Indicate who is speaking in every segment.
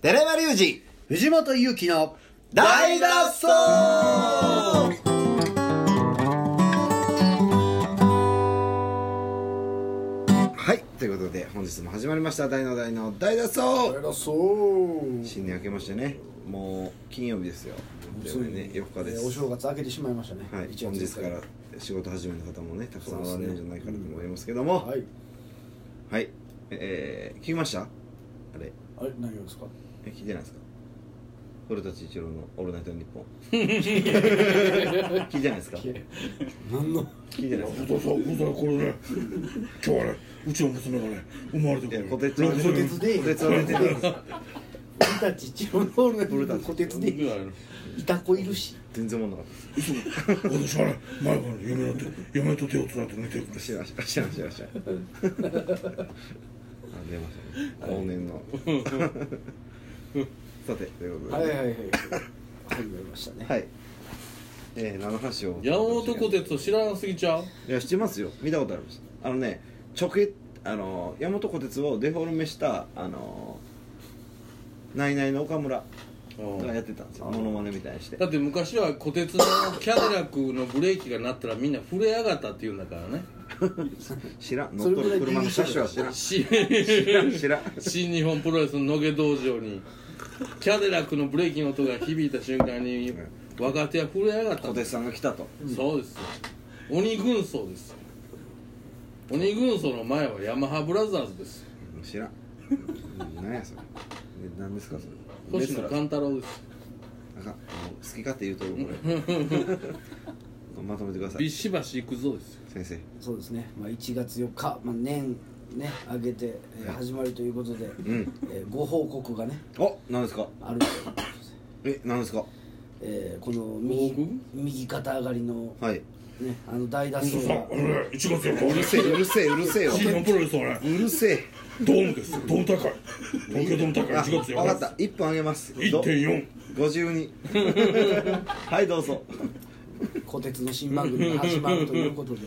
Speaker 1: 寺山隆二
Speaker 2: 藤本勇樹の
Speaker 1: 大脱走はいということで本日も始まりました「大の大の大脱走
Speaker 2: 偉そう」
Speaker 1: 新年明けましてねもう金曜日ですよ
Speaker 2: ついに
Speaker 1: ね4日で
Speaker 2: えーお
Speaker 1: す
Speaker 2: 正月明けてしまいましたね
Speaker 1: はい
Speaker 2: 1
Speaker 1: 本日
Speaker 2: 月
Speaker 1: から仕事始めの方もねたくさんお
Speaker 2: そ
Speaker 1: ら
Speaker 2: う
Speaker 1: れ
Speaker 2: ですね
Speaker 1: るんじゃないかなと思いますけども
Speaker 2: はい
Speaker 1: はいえー聞きましたあれ
Speaker 2: あれ何がですか
Speaker 1: え聞いてないですか俺たち一郎の「オールナイトニッポン」 聞いてないですか
Speaker 2: 何の
Speaker 1: 聞いてないですか
Speaker 3: そうそう、本当だ、これね。今日はね、うちの娘がね、生まれてく
Speaker 1: いや
Speaker 3: る。
Speaker 1: こてつは出て
Speaker 2: こ
Speaker 1: る
Speaker 2: てつでいい
Speaker 1: こてつは出てる
Speaker 2: 俺たち一応のオールナイトニッポンこてつでいた子いるし
Speaker 1: 全然おもんなかった
Speaker 3: いつも、私はね、前から夢の手、嫁と手をつなって寝てるんで
Speaker 1: 知らん知らん知らん知らん知らんあ出ましたね往年 のさてということ
Speaker 2: は
Speaker 1: で
Speaker 2: い
Speaker 1: ね
Speaker 2: はいはい始まりましたね
Speaker 1: はいえー、何の話を
Speaker 4: 山本小鉄知らなすぎちゃう
Speaker 1: いや知ってますよ見たことありますあのね直径あの山本小鉄をデフォルメしたあのナイナイの岡村がやってたんですよモノマネみたいにして
Speaker 4: だって昔は小鉄のキャデラックのブレーキが鳴ったらみんな震え上がったって言うんだから ね
Speaker 1: 知らん乗
Speaker 2: そ
Speaker 1: っ
Speaker 2: れ
Speaker 1: 取
Speaker 2: ぐ
Speaker 1: る車
Speaker 2: らい
Speaker 1: の車種は知らん
Speaker 4: し
Speaker 1: 知らん知らん
Speaker 4: 新日本プロレスの野毛道場にキャデラックのブレーキの音が響いた瞬間に若手は震え上がった
Speaker 1: 小
Speaker 4: んで
Speaker 1: 鉄
Speaker 4: す
Speaker 1: さんが来たと
Speaker 4: そうですよ鬼軍曹ですよ鬼軍曹の前はヤマハブラザーズですよ
Speaker 1: 知らん何やそれで何ですかそれ
Speaker 4: 星野
Speaker 1: レスラー
Speaker 4: 勘太郎ですよ
Speaker 1: あかんもう好き勝手言うとるこれまとめてくださ
Speaker 4: ビ
Speaker 1: い
Speaker 4: シバシ行くぞですよ
Speaker 1: 先生
Speaker 2: そうですね、まあ、1月4日、まあ、年ね上げて、えー
Speaker 1: はい
Speaker 2: 始まりということで、
Speaker 1: ん
Speaker 2: えーご報告がね
Speaker 1: お何ですか
Speaker 2: あるんですよ、
Speaker 1: え何ですか
Speaker 2: えーこの
Speaker 4: 報告
Speaker 2: 右右肩上がりの,、
Speaker 1: はい
Speaker 2: ね、あの大脱走
Speaker 3: すよ。
Speaker 2: が
Speaker 3: あのね、1月4日、
Speaker 1: うるせえうるせえうるせえよ
Speaker 3: 新日本プロレスは
Speaker 1: う
Speaker 3: ね、
Speaker 1: るせえ
Speaker 3: ドームですよ。ドーム大会。東京ドーム大会、1
Speaker 1: あ
Speaker 3: 月4日。
Speaker 1: 分かった。1分あげます
Speaker 3: 1.4。
Speaker 1: 52 はいどうぞ
Speaker 2: 虎鉄の新番組が始まるということで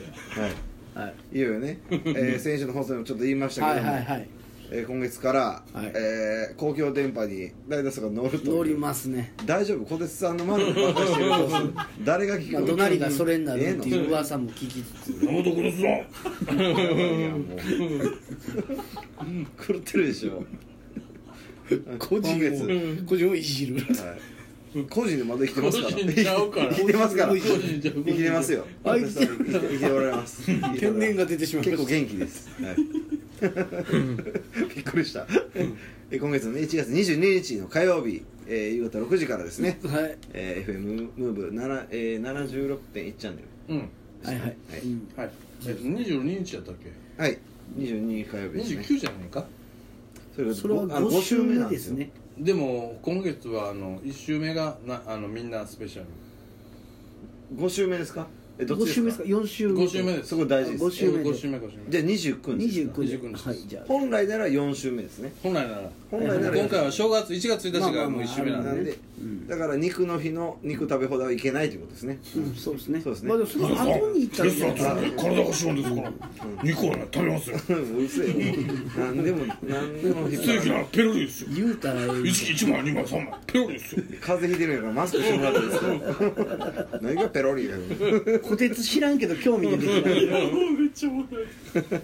Speaker 1: はい、、
Speaker 2: はい
Speaker 1: よいよね、え ー、先週の放送でもちょっと言いました
Speaker 2: は
Speaker 1: け
Speaker 2: い
Speaker 1: ども、
Speaker 2: はいはい
Speaker 1: えー今月から、
Speaker 2: はい
Speaker 1: えー公共電波に大脱走が乗るという
Speaker 2: 乗りますね、
Speaker 1: 大丈夫小鉄さんのマネばっかりしてるどう する誰が聞く
Speaker 2: まあ、
Speaker 1: の
Speaker 2: 怒鳴りがそれにな
Speaker 1: ええ
Speaker 2: るっ
Speaker 1: の
Speaker 2: ていう噂も聞きつ つ
Speaker 3: 山本殺すぞ。
Speaker 1: いや もう狂ってるでしょ個人月、
Speaker 2: 個人をいじる
Speaker 1: はい、個人でまだ生きてますから
Speaker 4: 個人ちゃうから
Speaker 1: 生きてますから
Speaker 4: 個
Speaker 1: 生
Speaker 4: 人ちゃう
Speaker 1: きてますよ
Speaker 2: あ
Speaker 1: 小鉄さん生きて生きておられます
Speaker 2: 天然が出てしまいま
Speaker 1: 結構
Speaker 2: した
Speaker 1: 元気です、はい、びっくりしたえ今月のね1月22日の火曜日、えー夕方6時からですね、
Speaker 2: はいはい
Speaker 1: えー FM ムーブ、ならえー、76.1チャンネル
Speaker 4: うん
Speaker 2: はい、
Speaker 1: はい
Speaker 2: うん
Speaker 4: はい22日やったっけ
Speaker 1: はい22火曜日ですね
Speaker 4: 29じゃないか
Speaker 1: それ
Speaker 2: それは
Speaker 1: あの
Speaker 2: 5週目
Speaker 1: なん
Speaker 2: ですね
Speaker 4: でも今月はあの1週目がなあのみんなスペシャル
Speaker 1: 5週目ですかえどっ
Speaker 2: 5
Speaker 1: ち
Speaker 2: 週目
Speaker 1: で
Speaker 2: です
Speaker 1: か
Speaker 2: すか4週
Speaker 4: 5週目です
Speaker 1: すごい大事です
Speaker 2: 5週目で
Speaker 4: 5週目5週目
Speaker 1: じゃあ29日ですか
Speaker 2: 29
Speaker 4: 29
Speaker 2: 日はいじゃあ
Speaker 1: 本来なら4週目ですね
Speaker 4: 本来なら
Speaker 1: 本来なら
Speaker 4: 今回は正月1月1日がもう
Speaker 2: まあまあまあ
Speaker 4: 1週目なんで、
Speaker 1: なんで、だから肉の日の肉食べ放題はいけないということです ね、
Speaker 2: うん、そうですね。
Speaker 1: そうですね
Speaker 2: まあでもその後に行ったら
Speaker 3: レ
Speaker 2: いい
Speaker 3: ス
Speaker 2: じゃ
Speaker 3: ラ
Speaker 2: ない
Speaker 3: ーと
Speaker 2: です か。
Speaker 3: して体が資本ですから、肉はね、食べますよ。
Speaker 1: うるせえよ何でも何でも引っ
Speaker 3: 正規
Speaker 1: 張
Speaker 3: ならペロリですよ。
Speaker 2: 言うたらいい
Speaker 3: 一式1枚、2枚、3枚、ペロリですよ。
Speaker 1: る風邪ひいてるんやからマスクしてもらっていいです か何がペロリやよ
Speaker 2: 虎鉄知らんけど興味出てくる。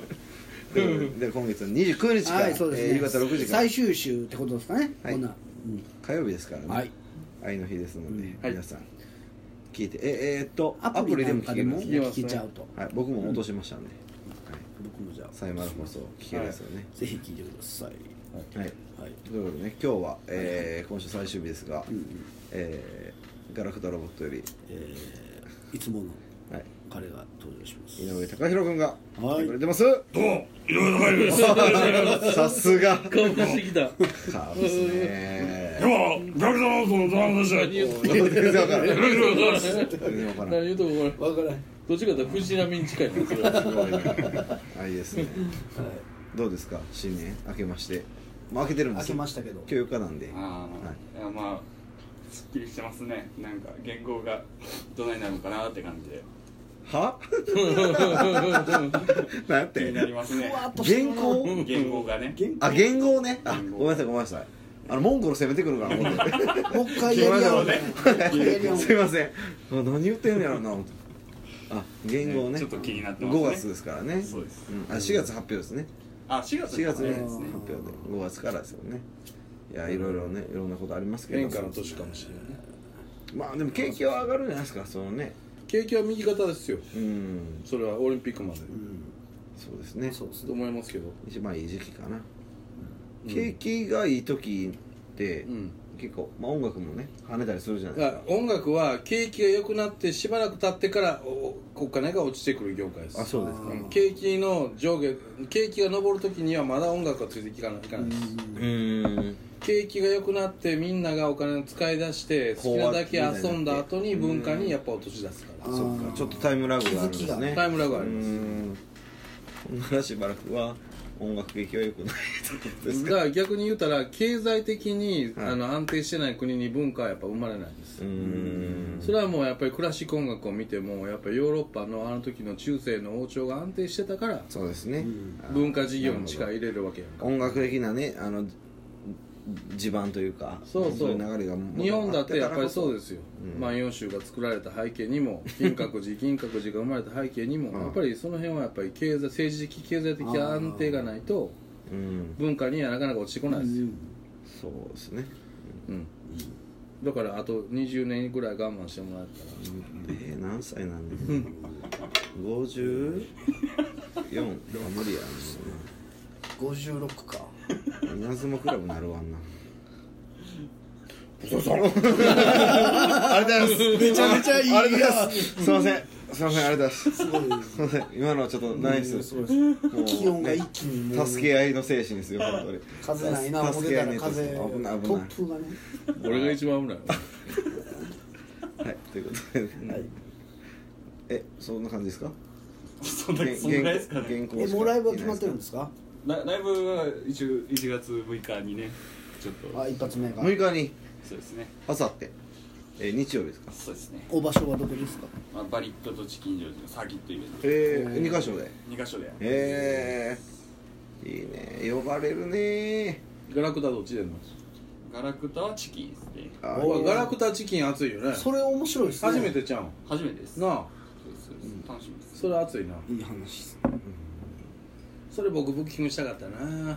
Speaker 1: で今月の29日から、
Speaker 2: はい、そうですね。
Speaker 1: えー夕方6時から
Speaker 2: 最終週ってことですかね。
Speaker 1: はい
Speaker 2: こんな。
Speaker 1: 火曜日ですからね、
Speaker 2: はい
Speaker 1: 愛の日ですので、
Speaker 4: はい
Speaker 1: 皆さん聞いてええーっと
Speaker 2: アプリなん
Speaker 1: ア
Speaker 2: か
Speaker 1: プリで
Speaker 2: で
Speaker 1: も
Speaker 2: も
Speaker 1: 聞けるんですね
Speaker 2: 聞けちゃうと。
Speaker 1: はい、僕も落としましたんで、はい、
Speaker 2: 僕もじゃあ
Speaker 1: サイマル放送聞けるんですよね、
Speaker 2: ぜひ聞いてください。
Speaker 1: はい
Speaker 2: はい。
Speaker 1: ということでね今日は、えー今週最終日ですが、えーガラクタロボットより、
Speaker 2: えー、いつもの
Speaker 1: はい、
Speaker 2: 彼が登場します。
Speaker 1: 井上貴弘君が
Speaker 2: はい
Speaker 1: 来てくれてます、
Speaker 3: どうも、井上隆之です。
Speaker 1: さすがカ
Speaker 4: 顔出してきた
Speaker 1: ーブですね
Speaker 3: では、ガルダノートのドラムでした。
Speaker 1: 全然わからない
Speaker 3: ありがとうございます。
Speaker 1: 全然わからない
Speaker 4: 何言うとここれ
Speaker 2: わからん。
Speaker 4: どっちかというと藤波に近いなそれ
Speaker 1: す
Speaker 4: は
Speaker 1: ごいなあいいですねどうですか新年明けましてもう明けてるんで
Speaker 2: 開
Speaker 1: す
Speaker 2: けま
Speaker 1: し
Speaker 2: したけど。
Speaker 1: 今日4日なんで
Speaker 5: あ
Speaker 1: はい
Speaker 5: ー、いやまあすっきりしてますねなんか言語がどないなるのかなって感じで
Speaker 1: は なんやっ
Speaker 5: 気に
Speaker 1: て
Speaker 5: なりますね
Speaker 2: ふわっとしてる
Speaker 1: 原
Speaker 2: な
Speaker 1: 稿
Speaker 5: 言語がね
Speaker 2: 原稿
Speaker 1: あ言語ねあ
Speaker 5: 言語
Speaker 1: ごめんなさいごめんなさいあのモンゴル攻めてくるから思って
Speaker 2: もう一回やりやろう
Speaker 5: すい
Speaker 2: やりやろう
Speaker 1: すいませんあ何言ってんのやろうな思ってあ言語をね
Speaker 5: ちょっと気になってますね
Speaker 1: 5月ですからね
Speaker 5: そうです
Speaker 1: うんあ4月発表ですね
Speaker 5: あ4月
Speaker 1: 4月ね
Speaker 5: で
Speaker 1: 発
Speaker 5: すね
Speaker 1: 表で5月からですよねいやいろいろねいろんなことありますけど
Speaker 4: 変化の年かもしれないね
Speaker 1: まあでも景気は上がるんじゃないですかそのね
Speaker 4: 景気は右肩ですよ
Speaker 1: うん
Speaker 4: それはオリンピックまで
Speaker 1: そうですね
Speaker 2: そうです
Speaker 4: と
Speaker 2: ね
Speaker 4: 思いますけど
Speaker 1: 一番いい時期かな、景気がいい時って、
Speaker 4: うん
Speaker 1: 結構、まあ、音楽もね跳ねたりするじゃないです
Speaker 4: あ
Speaker 1: か
Speaker 4: 音楽は景気が良くなってしばらく経ってからおおお金が落ちてくる業界です
Speaker 1: あそうですか
Speaker 4: うん景気の上下景気が上る時にはまだ音楽がついていかないいかないです
Speaker 1: うーん
Speaker 4: 景気が良くなってみんながお金を使い出して好きなだけ遊んだ後に文化にやっぱ落とし出すか
Speaker 2: うん
Speaker 4: ら
Speaker 1: そっかちょっとタイムラグがあるんで
Speaker 2: 気づき
Speaker 1: す
Speaker 2: が
Speaker 1: ね
Speaker 4: タイムラグはあ
Speaker 1: うー
Speaker 4: ります
Speaker 1: んほんならしばらくは音楽劇は良くないということです
Speaker 4: だ
Speaker 1: か
Speaker 4: から逆に言うたら経済的に、
Speaker 1: はい
Speaker 4: あの安定してない国に文化はやっぱ生まれないんです
Speaker 1: うーん
Speaker 4: それはもうやっぱりクラシック音楽を見てもやっぱりヨーロッパのあの時の中世の王朝が安定してたから
Speaker 1: そうですね、
Speaker 4: 文化事業に力入れるわけやんか
Speaker 1: 音楽的なねあの地盤というか
Speaker 4: そうそう
Speaker 1: いう流れが
Speaker 4: 日本だってやっぱりそうですすよ「万葉集」が作られた背景にも金閣寺銀閣寺が生まれた背景にも
Speaker 1: うん
Speaker 4: やっぱりその辺はやっぱり経済政治的経済的安定がないと
Speaker 1: うん
Speaker 4: 文化にはなかなか落ちてこないですよ、
Speaker 1: そうですね
Speaker 4: うんだからあと20年ぐらい我慢してもらえたら
Speaker 1: えー、何歳なんですか 54? あ無理や
Speaker 2: 56か
Speaker 1: あんな稲妻クラブなるわあんな
Speaker 3: お父さん
Speaker 1: ありがとうございます
Speaker 2: めちゃめちゃいいや
Speaker 1: すいませんすいませんありがとうございます
Speaker 2: すごい
Speaker 1: すいません今のはちょっとナイス
Speaker 2: すごいです
Speaker 1: もう
Speaker 2: 気温が一気にもう
Speaker 1: 助け合いの精神ですよ本当に
Speaker 2: 風ないな思っ
Speaker 1: 助
Speaker 2: て
Speaker 1: け合
Speaker 2: た
Speaker 1: い
Speaker 2: ら
Speaker 1: ね
Speaker 2: 風
Speaker 1: 危ない危ない
Speaker 2: 突風がね
Speaker 4: 俺が一番危ない
Speaker 1: はいということで、えそんな感じですか
Speaker 5: そんなそんぐらいですかね
Speaker 1: 原稿
Speaker 2: え
Speaker 1: しか
Speaker 2: もうライブは決まってるんですか
Speaker 5: ラライブは一応1月6日にねちょっと
Speaker 2: あ一発目が
Speaker 1: 6日に
Speaker 5: そうですね
Speaker 1: あさってえー日曜日ですか
Speaker 5: そうですね、
Speaker 2: お場所はどこですか
Speaker 5: まあ、バリットとチキンジョージのサーキットイベント
Speaker 1: えー、2箇所で
Speaker 5: 2か所で
Speaker 1: えー、いいね呼ばれるね
Speaker 4: ガラクタどっちでんの
Speaker 5: ガラクタはチキンですね
Speaker 1: あ
Speaker 4: おいガラクタチキン熱いよね
Speaker 2: それ面白いですね
Speaker 4: 初めてちゃうん
Speaker 5: 初めてです
Speaker 4: なあ
Speaker 5: そうですそうです楽しみです
Speaker 4: それ熱いない
Speaker 2: い話です
Speaker 4: それ僕ブッキングしたかったな
Speaker 2: あ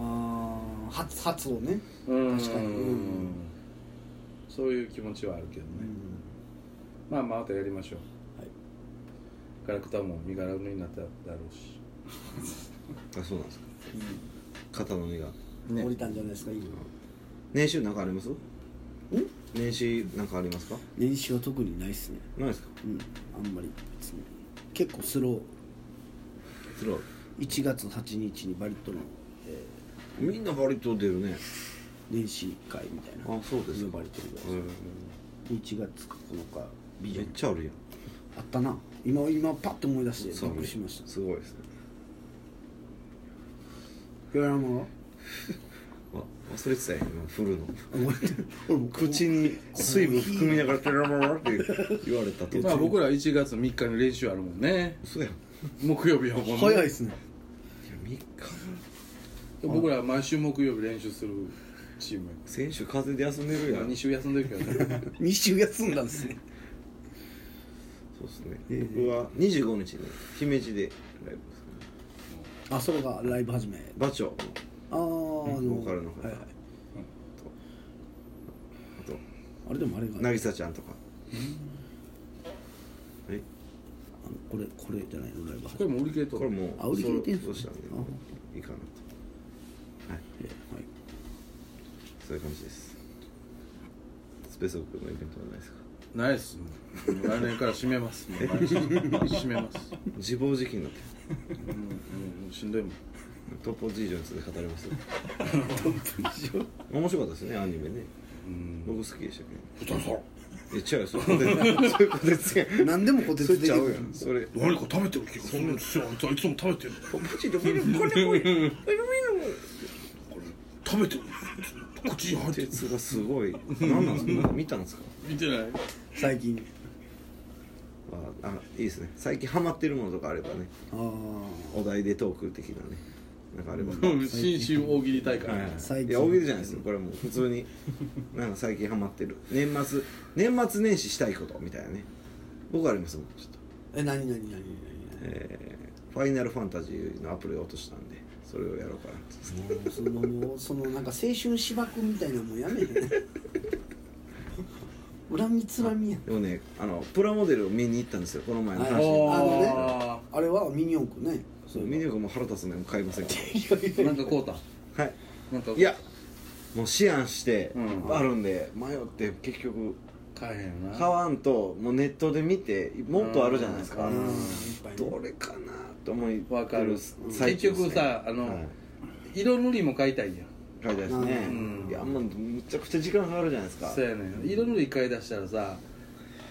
Speaker 2: あ初初をね
Speaker 4: うん
Speaker 2: 確かにうん
Speaker 4: そういう気持ちはあるけどね、まあまあまたやりましょう
Speaker 2: はい
Speaker 4: ガラクタも身軽になっただろうし
Speaker 1: あそうなんですか肩の荷が
Speaker 2: ね降りたんじゃないですかいいよ
Speaker 1: 年収なんかありますん年収なんかありますか
Speaker 2: 練習は特にないっすね
Speaker 1: ないですか
Speaker 2: うんあんまり別に結構スロー
Speaker 1: スロー
Speaker 2: 1月8日にバリットの、え
Speaker 1: みんな割と出るね
Speaker 2: ー、年始会みたいな
Speaker 1: あそうです
Speaker 2: 呼
Speaker 1: か
Speaker 2: ばれてるぐらい
Speaker 1: うん
Speaker 2: です1月9日美
Speaker 1: めっ
Speaker 2: 女
Speaker 1: ちゃあるやん
Speaker 2: あったな今今パッと思い出して
Speaker 1: そ
Speaker 2: び
Speaker 1: う
Speaker 2: っくりしました
Speaker 1: すごいですね
Speaker 2: いやいやもう
Speaker 1: わ忘れてたやん今振るの
Speaker 2: 俺も口
Speaker 1: 口に水分含みながらテラララって言われたと
Speaker 4: まあ僕ら1月3日に練習あるもんね
Speaker 1: そうやんい
Speaker 4: 木曜日はもう
Speaker 2: 早いですね
Speaker 1: や3日
Speaker 4: 僕ら毎週木曜日練習するチーム
Speaker 1: 選手風邪で休んでるやん
Speaker 4: 2週休んでるけど ね
Speaker 2: 2週休んだんですね
Speaker 1: そうですね、僕は25日に姫路でライブですね
Speaker 2: あそれがライブ始め
Speaker 1: 馬長
Speaker 2: あああの
Speaker 1: ボーカルの方
Speaker 2: はいはい
Speaker 1: あと
Speaker 2: あれでもあれがあの
Speaker 1: 渚ちゃんとかはい
Speaker 2: これこれじゃないのライブ
Speaker 4: これもう売り切れと
Speaker 1: これもう
Speaker 2: あ売り切れてんす
Speaker 1: そ
Speaker 2: ね
Speaker 1: うしたんで
Speaker 2: あ
Speaker 1: いいかなとはい
Speaker 2: えーはい
Speaker 1: そういう感じですスペースオークのイベントはないですか
Speaker 4: ないっすもうもう来年から閉めますもう来週閉めます
Speaker 1: 自暴自棄になって
Speaker 4: うんうんうんしんどいもん
Speaker 1: トップジージョンズで語りますよ面白かったですねアニメね
Speaker 4: うん
Speaker 1: 僕好きでしたけど
Speaker 3: お父さん
Speaker 1: いや違うよそこでそういうことですやん
Speaker 2: 何でもこて
Speaker 1: それ
Speaker 2: つで
Speaker 1: ち
Speaker 2: き
Speaker 1: ゃう
Speaker 2: る
Speaker 1: やんそれ
Speaker 3: 何か食べてる気がするんですよあいつはいつも食べてる
Speaker 1: トップジージョンズこれこれこれ
Speaker 3: 食べてる口に入ってる
Speaker 1: 鉄がすごい何なんですかなんか見たんですか
Speaker 4: 見てない
Speaker 2: 最近
Speaker 1: ああいいですね最近ハマってるものとかあればね
Speaker 2: ああ
Speaker 1: お題でトーク的なねなんかあれば
Speaker 4: 新州大喜利大会、
Speaker 1: はい、
Speaker 2: 最近
Speaker 1: いや大喜利じゃないですよこれもう普通に なんか最近ハマってる年末年末年始したいことみたいなね僕ありますもんちょっと、
Speaker 2: え何何何何
Speaker 1: えーファイナルファンタジーのアプリを落としたんでそれをやろうかなと
Speaker 2: 何もうそのもうそのなんか青春芝生みたいなのもうやめへん 恨みつらみやん
Speaker 1: でもねあのプラモデルを見に行ったんですよこの前の
Speaker 2: はい
Speaker 1: 話
Speaker 4: あ
Speaker 1: に
Speaker 4: ー
Speaker 2: あれはミニ四 駆ね
Speaker 1: そう見に行くもう腹立つねもう買いませんか
Speaker 4: なんかこうた
Speaker 1: らはい
Speaker 4: なんか
Speaker 1: いやもう思案して、
Speaker 4: うん
Speaker 1: あるんで迷って結局
Speaker 4: 買えへんよな
Speaker 1: 買わんともうネットで見てもっとあるじゃないですか、
Speaker 4: うん
Speaker 2: うんいっぱいね
Speaker 1: どれかなと思い
Speaker 4: わかる
Speaker 1: 最中ですね
Speaker 4: 結局さあの
Speaker 1: はい
Speaker 4: 色塗りも買いたいやん
Speaker 1: 買いたいですね
Speaker 4: うん
Speaker 1: いやもうむちゃくちゃ時間かかるじゃないですか
Speaker 4: そうやねん色塗り買い出したらさ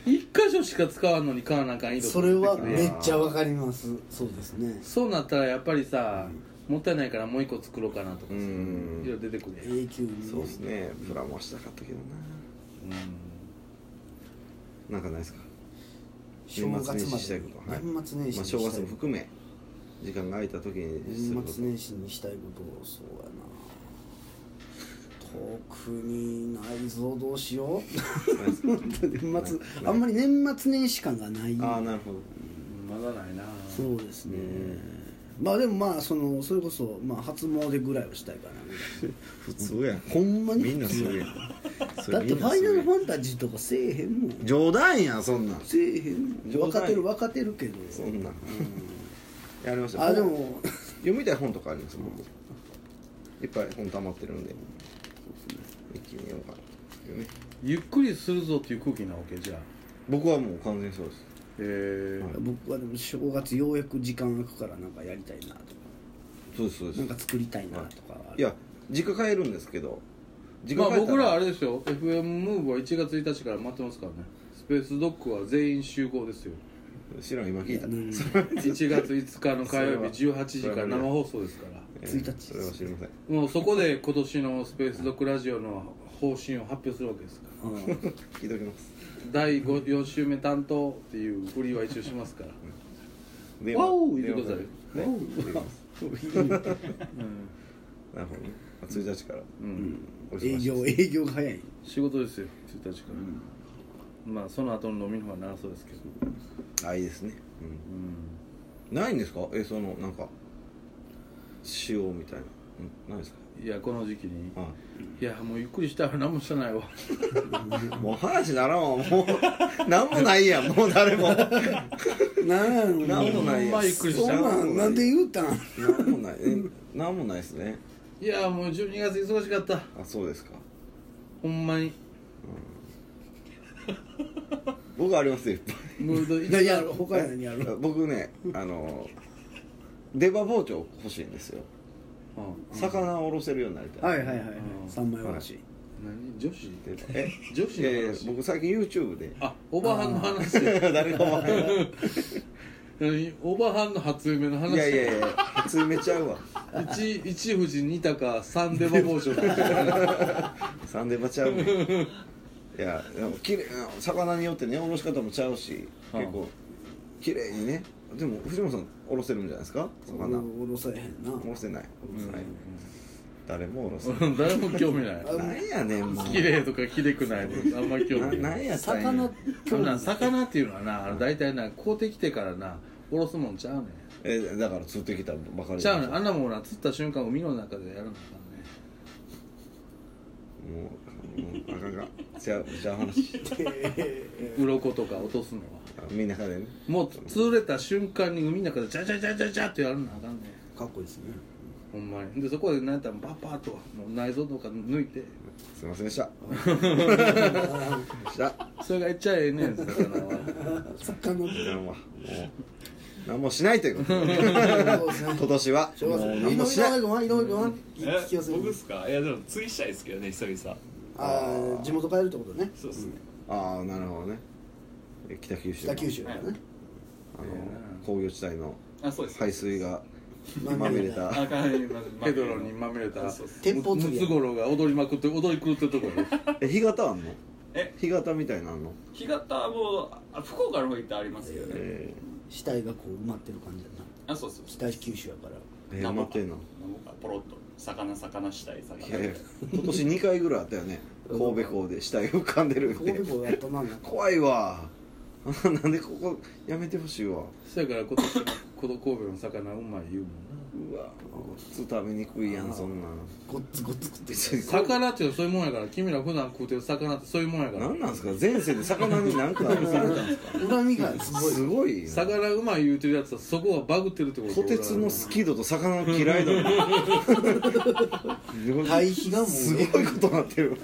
Speaker 4: 一箇所しか使わんのに買わなあかん色
Speaker 2: それは
Speaker 4: 出てくる
Speaker 2: め
Speaker 4: やん
Speaker 2: っちゃわかりますそうですね
Speaker 4: そうなったらやっぱりさもったいないからもう一個作ろうかなとか
Speaker 1: う
Speaker 4: さ
Speaker 1: ん
Speaker 4: 色出てくるやん
Speaker 2: 永久にね
Speaker 1: そうですねプラモしたかったけどななんかないですか
Speaker 2: 正月まで
Speaker 1: 年末年始したいことはい
Speaker 2: 年末
Speaker 1: まあ
Speaker 2: 年始にした
Speaker 1: 正
Speaker 2: い
Speaker 1: 月も含め時間が空いた時にするこ
Speaker 2: 年
Speaker 1: と
Speaker 2: 末年始にしたいことをそうやな特にないぞどうし よ
Speaker 1: ないですか
Speaker 2: う年末あんまり年末年始感がない
Speaker 1: ああなるほど
Speaker 4: うんまだないな
Speaker 2: そうですねまあでもまあそのそれこそまあ初詣ぐらいはしたいかなみたい
Speaker 1: 普通やん
Speaker 2: なほんまに
Speaker 1: みんなするやんそれ
Speaker 2: だって
Speaker 1: みん
Speaker 2: フ
Speaker 1: な
Speaker 2: ァ
Speaker 1: す
Speaker 2: イナ
Speaker 1: る
Speaker 2: ル
Speaker 1: やん
Speaker 2: ファンタジーとかせえへんもん
Speaker 1: 冗談やんそんなん
Speaker 2: せえへんもん
Speaker 1: 冗
Speaker 2: 分か
Speaker 1: 談
Speaker 2: ってる分かってるけど
Speaker 1: そんなんやりました
Speaker 2: あでも
Speaker 1: 読みたい本とかあります僕いっぱい本溜まってるんで一気に読むかな読み
Speaker 4: ゆっくりするぞっていう空気なわけじゃあ
Speaker 1: 僕はもう完全にそうです
Speaker 4: へえ
Speaker 2: 僕はでも正月ようやく時間空くからなんかやりたいなとか
Speaker 1: そうですそうで
Speaker 2: なん
Speaker 1: す
Speaker 2: か作りたいなとかはある
Speaker 1: いや実家帰るんですけど実
Speaker 4: まあ
Speaker 1: 家帰った
Speaker 4: 僕らあれですよ FM ムーブは1月1日から待ってますからねスペースドッグは全員集合ですよ
Speaker 1: 知らん今聞いた
Speaker 2: うん
Speaker 4: 1月5日の火曜日18時から生放送ですから
Speaker 1: 一
Speaker 2: 1日
Speaker 1: それは知りません
Speaker 4: もうそこで今年のスペースドッグラジオの方針を発表するわけですから
Speaker 2: うん
Speaker 1: 聞いておきます
Speaker 4: 第5 4週目担当っていう振りは一応しますから
Speaker 1: で
Speaker 4: わお
Speaker 1: 電話
Speaker 4: 言ってください
Speaker 1: ね言ってきますなるほどねあ1日から
Speaker 4: うん
Speaker 1: お忙しい
Speaker 2: 営
Speaker 1: です
Speaker 2: 業営業が早い
Speaker 4: 仕事ですよ1日から、まあその後の飲みの方は長そうですけど
Speaker 1: あいいですねうん
Speaker 4: うん
Speaker 1: ないんですかえそのなんか塩みたいな、うん、ないですか
Speaker 4: いやこの時期に
Speaker 1: はい
Speaker 4: やもうゆっくりしたら何もしてないわ
Speaker 1: いもう話ならんわもうなんもないやんもう誰も
Speaker 2: なんやろ
Speaker 1: な
Speaker 2: なん
Speaker 1: もないや
Speaker 4: ほんまゆっくり
Speaker 2: そん
Speaker 4: した
Speaker 2: なんなんで言うたん
Speaker 1: なんもないえなんもないですね
Speaker 4: いやもう12月忙しかった
Speaker 1: あそうですか
Speaker 4: ほんまに
Speaker 1: 僕ありますよいっぱ
Speaker 4: ムー ド一
Speaker 2: いやいや他や何やろ
Speaker 1: い僕ねあの出刃包丁欲しいんですよ
Speaker 4: うん
Speaker 1: 魚をおろせるようになりた
Speaker 2: はいいはいはいはい
Speaker 4: うん
Speaker 2: 三枚おろし
Speaker 4: 何女子
Speaker 1: でえ
Speaker 4: 女子
Speaker 1: い
Speaker 4: の
Speaker 1: やいや
Speaker 4: 話
Speaker 1: 僕最近 YouTube で
Speaker 4: あおばはんの 話
Speaker 1: 誰かわからんない
Speaker 4: 何おばはんの初夢の話
Speaker 1: いやいやいや普通めちゃうわ
Speaker 4: 一一富士二鷹三出馬包丁だ
Speaker 1: サンデーバちゃうねんいやでも綺麗な魚によってねおろし方もちゃうし
Speaker 4: はあ
Speaker 1: 結構綺麗にねでも藤本さんおろせるんじゃないですか
Speaker 2: い
Speaker 1: 魚お
Speaker 2: おろされへんな
Speaker 1: ろせない、はい、誰もおろせない
Speaker 4: 誰も興味ない
Speaker 1: なんやねんもう
Speaker 4: 綺麗とか綺麗くないとあんまり興
Speaker 1: な
Speaker 4: 味
Speaker 1: な
Speaker 4: なんい
Speaker 1: やったんや
Speaker 2: 魚
Speaker 4: あのな魚っていうのはなあの大体な買うてきてからなおろすもんちゃうねん
Speaker 1: えだから釣ってきたばかり
Speaker 4: ちゃうねんあ
Speaker 1: も
Speaker 4: んなもんな釣った瞬間海の中でやるのかね
Speaker 1: うもうあかんかちゃうちゃう話
Speaker 4: 鱗とか落とすのは
Speaker 1: みんなでね
Speaker 4: もう釣れた瞬間に海の中でジャジャジャジャジャってやるのあかんねん
Speaker 2: かっこいいですね
Speaker 4: ほんまにでそこで何やったらパッパッともう内臓とか抜いて
Speaker 1: すいませんでしたした
Speaker 4: それがいっちゃええねん 魚は
Speaker 2: 魚
Speaker 1: いやもうもう何もしないということで
Speaker 2: そうですね
Speaker 1: 今年は
Speaker 2: 正
Speaker 1: も
Speaker 2: 月
Speaker 1: う
Speaker 2: 井上
Speaker 1: 何もしない
Speaker 2: 君は井上君は
Speaker 5: え
Speaker 2: 聞きやすい
Speaker 5: 僕っすかいやでも釣りしたいですけどね久々
Speaker 2: ああ地元帰るってことね
Speaker 5: そうっすね
Speaker 1: ああなるほどねえ北九州の
Speaker 2: 北九州からね
Speaker 1: あの工業地帯の
Speaker 5: あそうです
Speaker 1: 排水が
Speaker 2: ま
Speaker 1: まみれた
Speaker 5: あかんまず
Speaker 4: ペドロにまみれた
Speaker 5: あそうっす
Speaker 2: 天保
Speaker 4: ム
Speaker 2: 釣り
Speaker 4: ツ
Speaker 2: や
Speaker 4: ゴロウが踊りまくって踊り狂ってるとこや
Speaker 1: え干潟あんの
Speaker 5: え
Speaker 1: 干潟みたいなのあんの
Speaker 5: 干潟もあ福岡の方行ってありますけどね
Speaker 1: え
Speaker 2: 死体がこう埋まってる感じだな
Speaker 5: あそうそう
Speaker 2: 北九州やから
Speaker 1: えー、待ってんの
Speaker 5: なんぼかポロッと魚魚したい魚
Speaker 1: いやいや今年2回ぐらいあったよね神戸港で死体浮かんでるっ
Speaker 2: 神戸
Speaker 1: て
Speaker 2: 港やったななんか
Speaker 1: 怖いわ なんでここやめてほしいわ
Speaker 4: そやから今年この神戸の魚うまい言うもん
Speaker 1: う
Speaker 4: な
Speaker 1: わごっつ食べにくいやんそんな
Speaker 2: ごっつごっつ食って
Speaker 1: 別に
Speaker 4: 魚っていうのはそういうもんやから君ら普段食うてる魚ってそういうもんやから
Speaker 1: 何なんですか前世で魚に何かされたんですか
Speaker 2: 恨みがすごい
Speaker 1: すごいな
Speaker 4: 魚うまい言うてるやつはそこはバグってるってこと
Speaker 1: 虎鉄の好き度と魚の嫌い度の
Speaker 2: 対比がもう
Speaker 1: すごいことになってる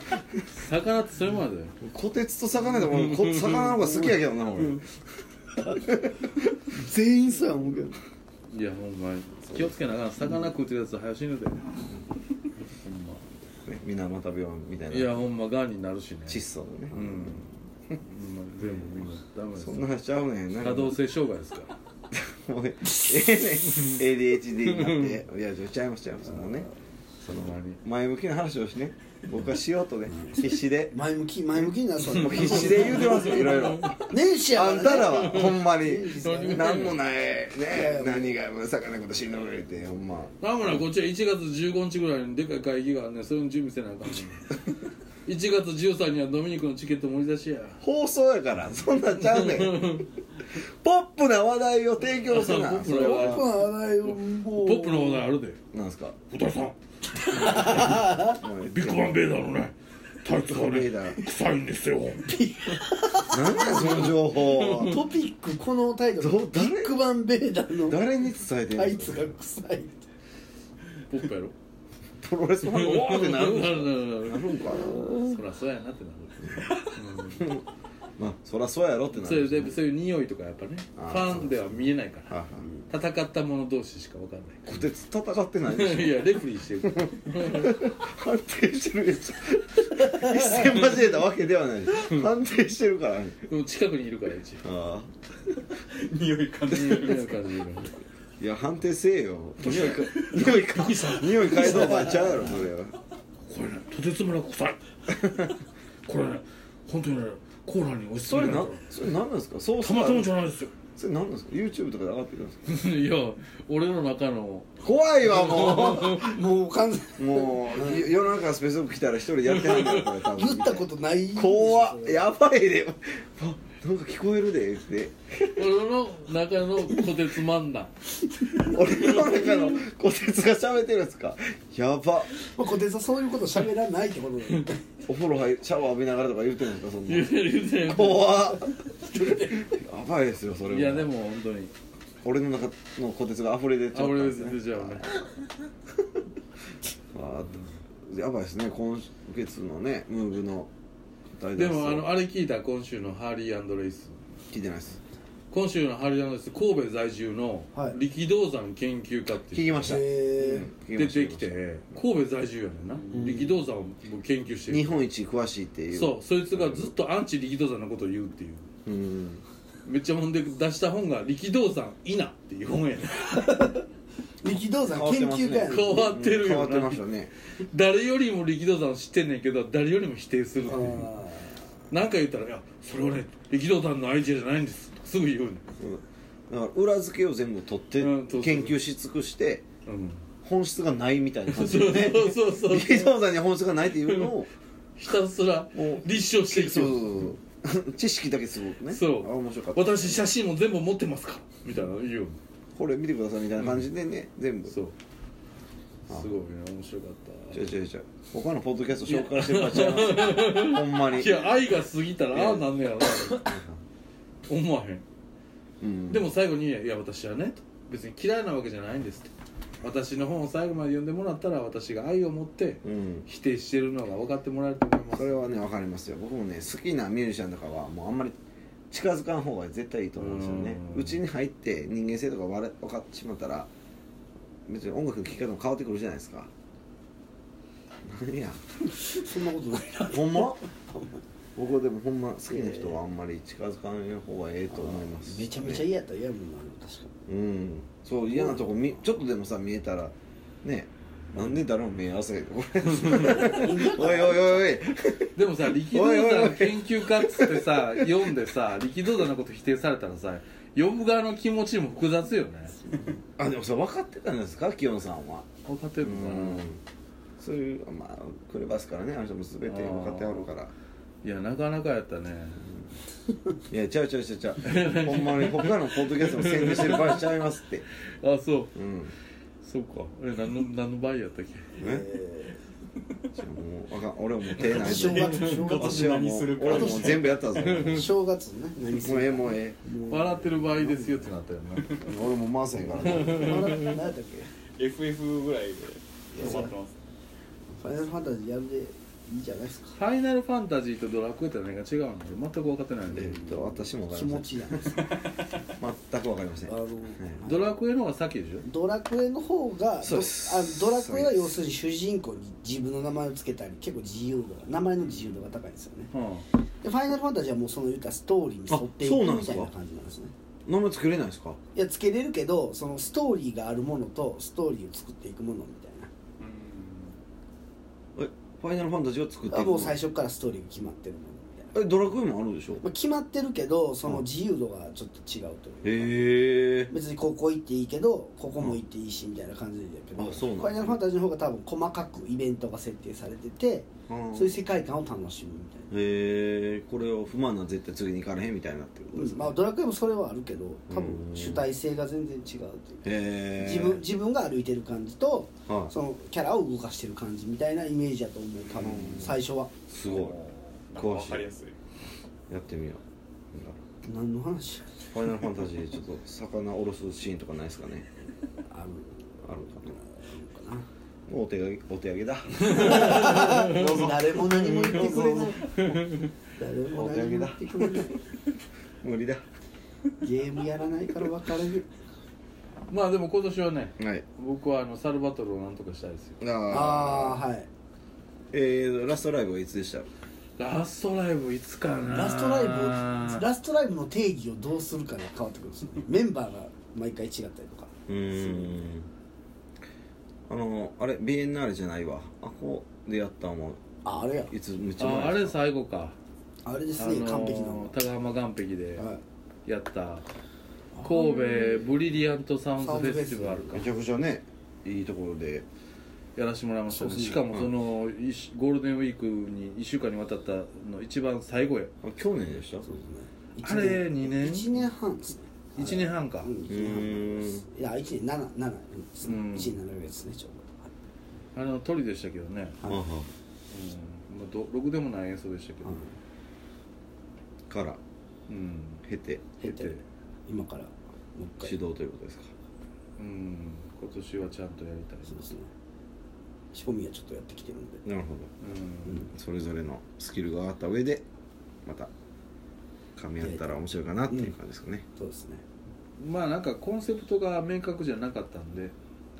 Speaker 4: 魚ってそういうもんやで
Speaker 1: 虎鉄と魚でもこ魚の方が好きやけどな俺
Speaker 2: 全員そうや思うけど
Speaker 4: いやほんまに気をつけながら魚食うてるやつは早死ぬでほん
Speaker 1: ね水俣病みた
Speaker 4: ま
Speaker 1: い
Speaker 4: いや
Speaker 1: な
Speaker 4: ほんまがんになるしね
Speaker 1: 窒素のね、
Speaker 4: うんほんま全部みんなダメです
Speaker 1: そんな話しちゃうねんなんか
Speaker 4: 可動性障害ですから
Speaker 1: もうええねん ADHD になっていやちょちゃいますちゃいますもうね
Speaker 4: その前に
Speaker 1: 前向きな話をしね僕はしようとね必死で
Speaker 2: 前向き前向きになさ
Speaker 1: もう必死で言うてますよいろいろ
Speaker 2: 年始や
Speaker 1: あ
Speaker 2: から、ね、
Speaker 1: んたらはほんまに何
Speaker 4: 何
Speaker 1: もないねえ何が魚ことしんどいってほんま
Speaker 4: 田村こっちは1月15日ぐらいにでかい会議があるねそれの準備せなあかんね1月13にはドミニクのチケット盛り出しや
Speaker 1: 放送やからそんなんちゃうねんポップな話題を提供するな
Speaker 4: ポップ
Speaker 1: そ
Speaker 4: な
Speaker 1: れ
Speaker 2: ポ
Speaker 1: は
Speaker 2: ップの話題をも
Speaker 4: ポ
Speaker 2: う
Speaker 4: ップの話題あるで
Speaker 1: なんすか
Speaker 3: お父さんビッグバンベイダーのねタイツが
Speaker 1: ベイダー
Speaker 3: ね臭いんですよ
Speaker 1: 何やその情 報
Speaker 2: トピックこのタイトル
Speaker 1: ど
Speaker 2: ビッグバンベーダーの
Speaker 1: 誰に伝えてん
Speaker 2: あ
Speaker 1: の
Speaker 2: いつが臭いって
Speaker 4: ポップやろ
Speaker 1: プロレスファンがおーってなるん
Speaker 4: な
Speaker 1: か
Speaker 4: るなるなる
Speaker 1: なるんかな
Speaker 4: そらそうやなってなる
Speaker 1: まあそりゃそうやろってな
Speaker 4: そう
Speaker 1: るん
Speaker 4: いう
Speaker 1: ですね
Speaker 4: でそういう匂いとかやっぱねフ
Speaker 1: あー
Speaker 4: ァンでは見えないか
Speaker 1: はいはい
Speaker 4: ら戦った者同士しか分かんない
Speaker 1: こてつ戦ってないでしょ
Speaker 4: いやレプリーしてるから
Speaker 1: 判定してるでしょ一戦交えたわけではない判定してるからね
Speaker 4: でも近くにいるから一応
Speaker 1: ああ
Speaker 5: 匂い感じ
Speaker 4: 匂
Speaker 5: て
Speaker 4: い
Speaker 5: る
Speaker 4: 嗅いでるから
Speaker 1: いや判定せえよ匂いか匂いか匂い嗅いだお前ちゃうやろそれは
Speaker 3: これねとてつもなく 臭いこれね本当にねコーラにおすす
Speaker 1: そ
Speaker 3: め
Speaker 1: れ
Speaker 3: だ
Speaker 1: な
Speaker 3: と
Speaker 1: それ何なんですかそう
Speaker 3: たまったもんじゃないですよ
Speaker 1: それ何なんですか YouTube とかで上がってるんですか
Speaker 4: いや俺の中の
Speaker 1: 怖いわも
Speaker 2: もう完全
Speaker 1: うもうよ世の中のスペースオフ来たら一人やってはんだよこれ多分
Speaker 2: 言ったことない
Speaker 1: 怖っ
Speaker 2: っ
Speaker 1: やばいであなんか聞こえるでって
Speaker 4: 俺の中のこてつ漫談
Speaker 1: 俺の中のこてつが喋ってるんですかやば
Speaker 2: まあ、小手さんそういうこと喋らないってことだよ
Speaker 1: お風呂入るシャワー浴びながらとか言うてるんですかそん
Speaker 4: 言う
Speaker 1: な
Speaker 4: てる言うてる
Speaker 1: 怖っやばいですよそれはい
Speaker 4: やでも本当に
Speaker 1: 俺の中のこてつが溢れ出ちゃ
Speaker 4: あ
Speaker 1: ったん
Speaker 4: 俺
Speaker 1: です
Speaker 4: 全
Speaker 1: ね
Speaker 4: 然じゃあね
Speaker 1: あーやばいですね今月のねムーブの大
Speaker 4: でもあの
Speaker 1: あ
Speaker 4: あれ聞いた今週のハーリーレイス
Speaker 1: 聞いてないです
Speaker 4: 今週のハーリーレイス神戸在住の
Speaker 2: はい
Speaker 4: 力道山研究家って
Speaker 1: 聞
Speaker 4: い
Speaker 1: き
Speaker 4: う
Speaker 1: ました、
Speaker 2: へ
Speaker 1: うん聞
Speaker 4: 出
Speaker 1: ました
Speaker 4: てきて神戸在住やねんな、力道山を研究してる
Speaker 1: 日本一詳しいっていう
Speaker 4: そうそいつがずっとアンチ力道山のことを言うっていう
Speaker 1: うん
Speaker 4: めっちゃもんで出した本が「力道山いな」っていう 本やねん
Speaker 2: え力道山研究家やね
Speaker 4: 変わってるよな
Speaker 1: 変わってましたね
Speaker 4: 誰よりも力道山を知ってんねんけど誰よりも否定するっていうなんか言ったら「いやそれはね力道山のアイデアじゃないんです」とかすぐ言うねん
Speaker 1: だから裏付けを全部取って
Speaker 4: うんそうそう
Speaker 1: 研究し尽くして
Speaker 4: うん
Speaker 1: 本質がないみたいな感じ
Speaker 4: そう
Speaker 1: でね
Speaker 4: そうそう
Speaker 1: 力道山に本質がないっていうのを
Speaker 4: ひたすら
Speaker 1: もう
Speaker 4: 立証してい
Speaker 1: そう
Speaker 4: く
Speaker 1: そうそう 知識だけすごくね
Speaker 4: そう
Speaker 1: あ面白かった
Speaker 4: 私写真も全部持ってますからみたいなの言うよ
Speaker 1: これ見てくださいみたいな感じでね、全部
Speaker 4: そう
Speaker 1: あ
Speaker 4: すごいね面白かっ
Speaker 1: 違う違う違う他のポッドキャスト紹介してもらっちゃいますよほんまに
Speaker 4: たいや愛が過ぎたらああなんねやろな思わへん
Speaker 1: うん
Speaker 4: でも最後に「いや私はね」と別に嫌いなわけじゃないんです」と私の本を最後まで読んでもらったら私が愛を持って
Speaker 1: うん
Speaker 4: 否定してるのが分かってもらえると思いま
Speaker 1: そ
Speaker 4: す
Speaker 1: れはね分かりますよ僕もね好きなミュージシャンとかはもうあんまり近づかん方が絶対いいと思うんですよね
Speaker 4: うん
Speaker 1: うちに入って人間性とかわれ分かってしまったら別に音楽の聴き方も変わってくるじゃないですか何や
Speaker 2: そんなことないな
Speaker 1: ほんま僕はでもほんま好きな人はあんまり近づかない方がええと思います
Speaker 2: めちゃめちゃ嫌やったら嫌やもんな確か
Speaker 1: うんそう嫌なとこみちょっとでもさ見えたらねなんで誰も目合わせへんの これおいおいおいおい
Speaker 4: でもさ力道山研究家っつってさ読んでさ力道山のこと否定されたらさ呼ぶ側の気持ちも複雑よね
Speaker 1: あでもそれ分かってたんですかキヨンさんは
Speaker 4: 分かってるのかな、
Speaker 1: そういうまあクレバスからねあの人も全て分かってあるから
Speaker 4: いやなかなかやったね
Speaker 1: いやちゃうちゃうちゃうちゃうほんまに他のポッドキャストも宣伝してる場合ちゃいますって
Speaker 4: あそう
Speaker 1: うん
Speaker 4: そうかえ何の何の場合やったっけ
Speaker 2: え
Speaker 1: ちょもうあかん俺はもう手ないで
Speaker 2: 正月正月
Speaker 1: 私はも
Speaker 5: 何する
Speaker 1: う
Speaker 5: か
Speaker 1: 俺はもう全部やったぞ もう
Speaker 2: ー正月ね何す
Speaker 1: ええ
Speaker 2: る
Speaker 1: もうえ
Speaker 4: 笑ってる場合ですよってなったよ な
Speaker 1: え俺も回せへんからね
Speaker 2: まだ何やったっけ
Speaker 5: FF ぐらいで止まってます
Speaker 2: ファイナルファンタジーやるでいいじゃないですか
Speaker 4: ファイナルファンタジーとドラクエって何が違うのか全く分かってないん
Speaker 1: え
Speaker 4: で
Speaker 1: っと私も分か
Speaker 2: 気
Speaker 1: り
Speaker 2: 持
Speaker 1: ません
Speaker 2: ちいいじゃないですか
Speaker 1: 全く分かりません
Speaker 2: あの
Speaker 4: ドラクエの方が先でしょ
Speaker 2: ドラクエの方が
Speaker 1: そう
Speaker 2: ど
Speaker 1: です
Speaker 2: あのドラクエは要するに主人公に自分の名前を付けたり結構自由度が名前の自由度が高いんですよね
Speaker 4: は
Speaker 2: でファイナルファンタジーはもうその言ったストーリーに沿ってい
Speaker 1: あそうなん
Speaker 2: くみ
Speaker 1: です
Speaker 2: た
Speaker 1: か
Speaker 2: いな感じなんですね
Speaker 1: 名前作れないですか
Speaker 2: いやつけれるけどそのストーリーがあるものとストーリーを作っていくものみたいな
Speaker 1: えファイナルファンタジーを作ってい
Speaker 2: あ
Speaker 1: くの
Speaker 2: もう最初からストーリーが決まってるものみたいな、
Speaker 1: えドラクエもあるでしょ
Speaker 2: まあ、決まってるけどその自由度がちょっと違うという
Speaker 1: へえ
Speaker 2: か、別にここ行っていいけどここも行っていいしみたいな感じでやけど、
Speaker 1: あそうなんだ
Speaker 2: ファイナルファンタジーの方が多分細かくイベントが設定されてて、そういう世界観を楽しむみたい
Speaker 1: へえこれを不満な絶対次に行かれへんみたいなってこと
Speaker 2: な、
Speaker 1: ですか、
Speaker 2: まあドラクエもそれはあるけど多分
Speaker 1: うん
Speaker 2: 主体性が全然違うというか、
Speaker 1: へえ
Speaker 2: 自分自分が歩いてる感じと、
Speaker 1: はい
Speaker 2: そのキャラを動かしてる感じみたいなイメージだと思う多分、最初は
Speaker 1: すご
Speaker 5: なんか
Speaker 1: 詳
Speaker 5: 分
Speaker 1: しい
Speaker 5: かりやすい
Speaker 1: いやってみよう
Speaker 2: 何の話や
Speaker 1: ファイナルファンタジーでちょっと魚おろすシーンとかないですかね
Speaker 2: ある
Speaker 1: あるか
Speaker 2: のかな
Speaker 1: なお手上げお手上げだ
Speaker 2: 誰も何も言ってくれない誰も何も言ってくれない
Speaker 1: 無理だ
Speaker 2: ゲームやらないから別れる
Speaker 4: あ、まあでも今年はね
Speaker 1: はい
Speaker 4: 僕はあのサルバトルをなんとかしたいですよ
Speaker 1: あー
Speaker 2: ああはい
Speaker 1: えー、ラストライブはいつでした
Speaker 4: ラストライブいつかな
Speaker 2: ラストライブをラストライブの定義をどうするかが変わってくるんですよねメンバーが毎回違ったりとか
Speaker 1: うーんあのあれ BNR じゃないわあこうでやったんは
Speaker 2: ああれや
Speaker 1: いつむっちゃ前
Speaker 4: ああれ最後か
Speaker 2: あれです
Speaker 4: あ
Speaker 2: ね、
Speaker 4: のー
Speaker 2: 完璧なの
Speaker 4: 高浜岸壁で
Speaker 2: はい
Speaker 4: やった神戸ブリリアントサウンズフェスティバルか
Speaker 1: めちゃくちゃねいいところで
Speaker 4: やらしてもらいましたねしかもそのいしゴールデンウィークに1週間にわたったの一番最後や
Speaker 1: あ去年でしたう
Speaker 2: そうですね
Speaker 4: あれ二年
Speaker 2: 1年半ですね
Speaker 4: 1年半か
Speaker 2: うん一年
Speaker 1: ーん
Speaker 2: 半いや1年77ですね
Speaker 4: う
Speaker 2: 1
Speaker 4: ん
Speaker 2: 年7ヶ月ですねちょう
Speaker 4: あれのトリでしたけどね
Speaker 1: あは
Speaker 4: うんまあどろくでもない演奏でしたけ
Speaker 2: どは
Speaker 4: ど
Speaker 2: い
Speaker 1: から
Speaker 4: うん
Speaker 1: 経て
Speaker 2: 経
Speaker 4: 経
Speaker 2: て
Speaker 4: て
Speaker 2: 今からもう一回
Speaker 1: 指導ということですか
Speaker 4: うん今年はちゃんとやりたい
Speaker 2: そうですね仕込みはちょっとやってきてるんで
Speaker 1: なるほど
Speaker 4: うん
Speaker 1: それぞれのスキルがあった上でまた噛み合ったら面白いかなっていう感じですかね、
Speaker 2: そうですね
Speaker 4: まあなんかコンセプトが明確じゃなかったんで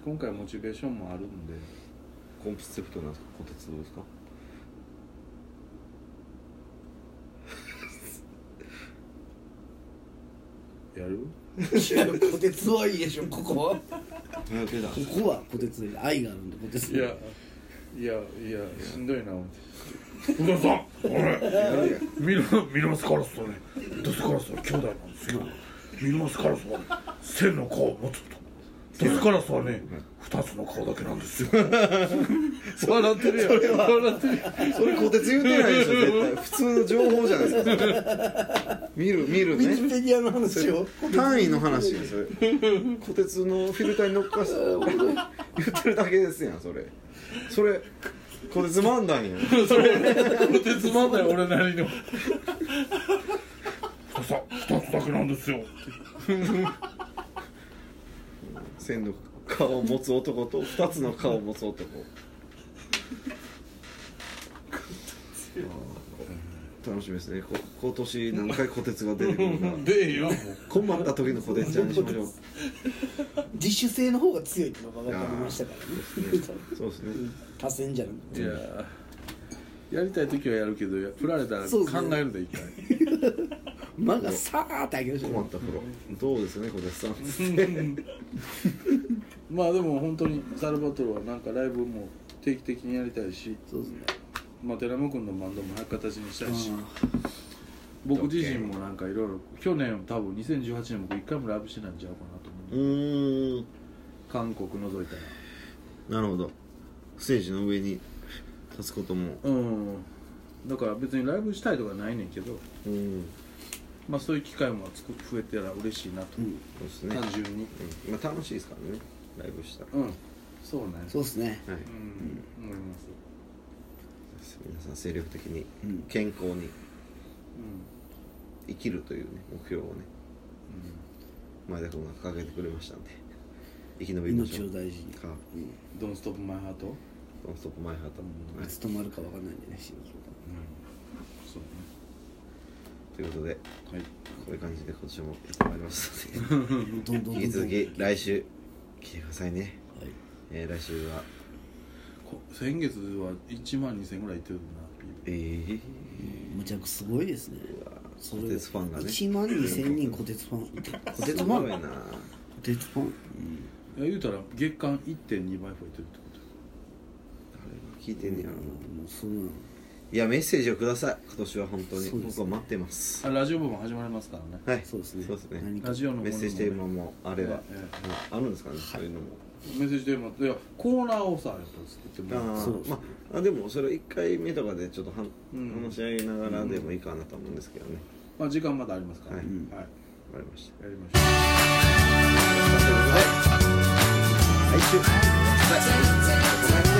Speaker 4: 今回モチベーションもあるんで
Speaker 1: コンセプトなんですかこてつどうですか
Speaker 4: やる
Speaker 2: いやこてつはいいでしょここはこ
Speaker 1: 予定だ
Speaker 2: こはこてつで愛があるんでこてつ
Speaker 4: いやいやいやしんどいな思って「お母さん
Speaker 1: やる
Speaker 3: ミルミルマスカラスとねドスカラスは兄弟なんですけどミルマスカラスはね千の顔を持つとドスカラスはね二つの顔だけなんですよ
Speaker 4: 笑ってるやん笑ってるやん
Speaker 1: やんそれこてつ言うてないでしょ絶対普通の情報じゃないですかそ れ見る見る
Speaker 2: ウィキ
Speaker 1: ね
Speaker 2: ペディアの話を
Speaker 1: 単位の話よそ れこてつのフィルターに乗っかして言ってるだけですやんそれそれこてつ漫談やん
Speaker 4: それ手つまんない俺なりの
Speaker 3: 二つ二つだけなんですよ
Speaker 1: 千の顔を持つ男と二つの顔を持つ男楽しみですねこ今年何回こてつが出てくるのか
Speaker 4: でえよ
Speaker 1: 困った時のこてつちゃんにしましょう
Speaker 2: 自主性の方が強いってのが分かりましたからね
Speaker 1: そうですね
Speaker 2: 多選じゃなく
Speaker 4: いややりたい時はやるけど振られたら
Speaker 2: そう
Speaker 4: 考
Speaker 2: ですね
Speaker 4: えるで一 回
Speaker 2: 間がさーって開けまし
Speaker 1: 困
Speaker 2: ょ
Speaker 1: った頃どうですねこてつさん
Speaker 4: まあでも本当にサルバトルはなんかライブも定期的にやりたいし
Speaker 2: そうですね
Speaker 4: まあ寺山君のバンドも早く形にしたいし僕自身もなんかいろいろ去年多分2018年僕一回もライブしてないんちゃうかなと思う、
Speaker 1: うーん
Speaker 4: 韓国除いた
Speaker 1: な
Speaker 4: ら
Speaker 1: るほどステージの上に立つことも
Speaker 4: うんだから別にライブしたいとかないねんけど
Speaker 1: うん
Speaker 4: まあそういう機会もつく増えてたら嬉しいなと、
Speaker 1: そうですね、
Speaker 4: 単純に
Speaker 1: うんまあ、楽しいですからねライブしたら、
Speaker 4: うんそうね
Speaker 2: そうですね
Speaker 1: はい、
Speaker 4: うん思います
Speaker 1: 皆さん精力的に
Speaker 2: うん
Speaker 1: 健康に
Speaker 4: うん
Speaker 1: 生きるというね目標をね前田君が掲げてくれましたんで生き延びまし
Speaker 2: 命
Speaker 1: ょう
Speaker 2: を大事に
Speaker 1: か
Speaker 4: 「Don't Stop My Heart」うん
Speaker 1: 「ノンストップマイハート」はい
Speaker 2: いつ止まるかわかんないんでね心
Speaker 4: そう
Speaker 1: ということで
Speaker 4: ねはい
Speaker 1: こういう感じで今年もやってまいりました ので
Speaker 2: 臓どんどんどんどん
Speaker 1: 引き続き来週来てくださいね、
Speaker 2: はい
Speaker 1: えー来週は
Speaker 4: こ先月は1万2000ぐらいいってるな
Speaker 1: えー、
Speaker 2: むちゃくすごいですねそれ
Speaker 1: 小鉄ファンがね
Speaker 2: 1万2000人小鉄ファン
Speaker 1: 小鉄ファンやな
Speaker 2: 小鉄ファン
Speaker 4: いや言うたら月間1.2倍増えてるってことよ
Speaker 1: 聞いてんねやろな
Speaker 2: もうそんない
Speaker 1: やメッセージをください今年は本当に、
Speaker 2: そうですね
Speaker 1: 僕は待ってます
Speaker 4: あラジオ部も始まりますからね
Speaker 1: はい
Speaker 2: そうですね
Speaker 1: そうですね
Speaker 2: 何か
Speaker 4: ラジオのもの
Speaker 1: メッ
Speaker 4: も
Speaker 1: セー
Speaker 4: ね
Speaker 1: ジテーマもあれば、
Speaker 4: え
Speaker 1: あるんですかね、そういうのも
Speaker 4: えメッセージテーマいやコーナーをさやっぱ作ってもらう
Speaker 1: あ
Speaker 2: そう
Speaker 1: ーまああでもそれ1回目とかでちょっとはん、
Speaker 4: うん
Speaker 1: 話し合いながらでもいいかなと思うんですけどね、
Speaker 4: まあ時間まだありますから
Speaker 1: はい
Speaker 4: うんはい
Speaker 1: わかりました
Speaker 4: やりましょう
Speaker 6: 「
Speaker 1: ということで来週
Speaker 6: 全然全然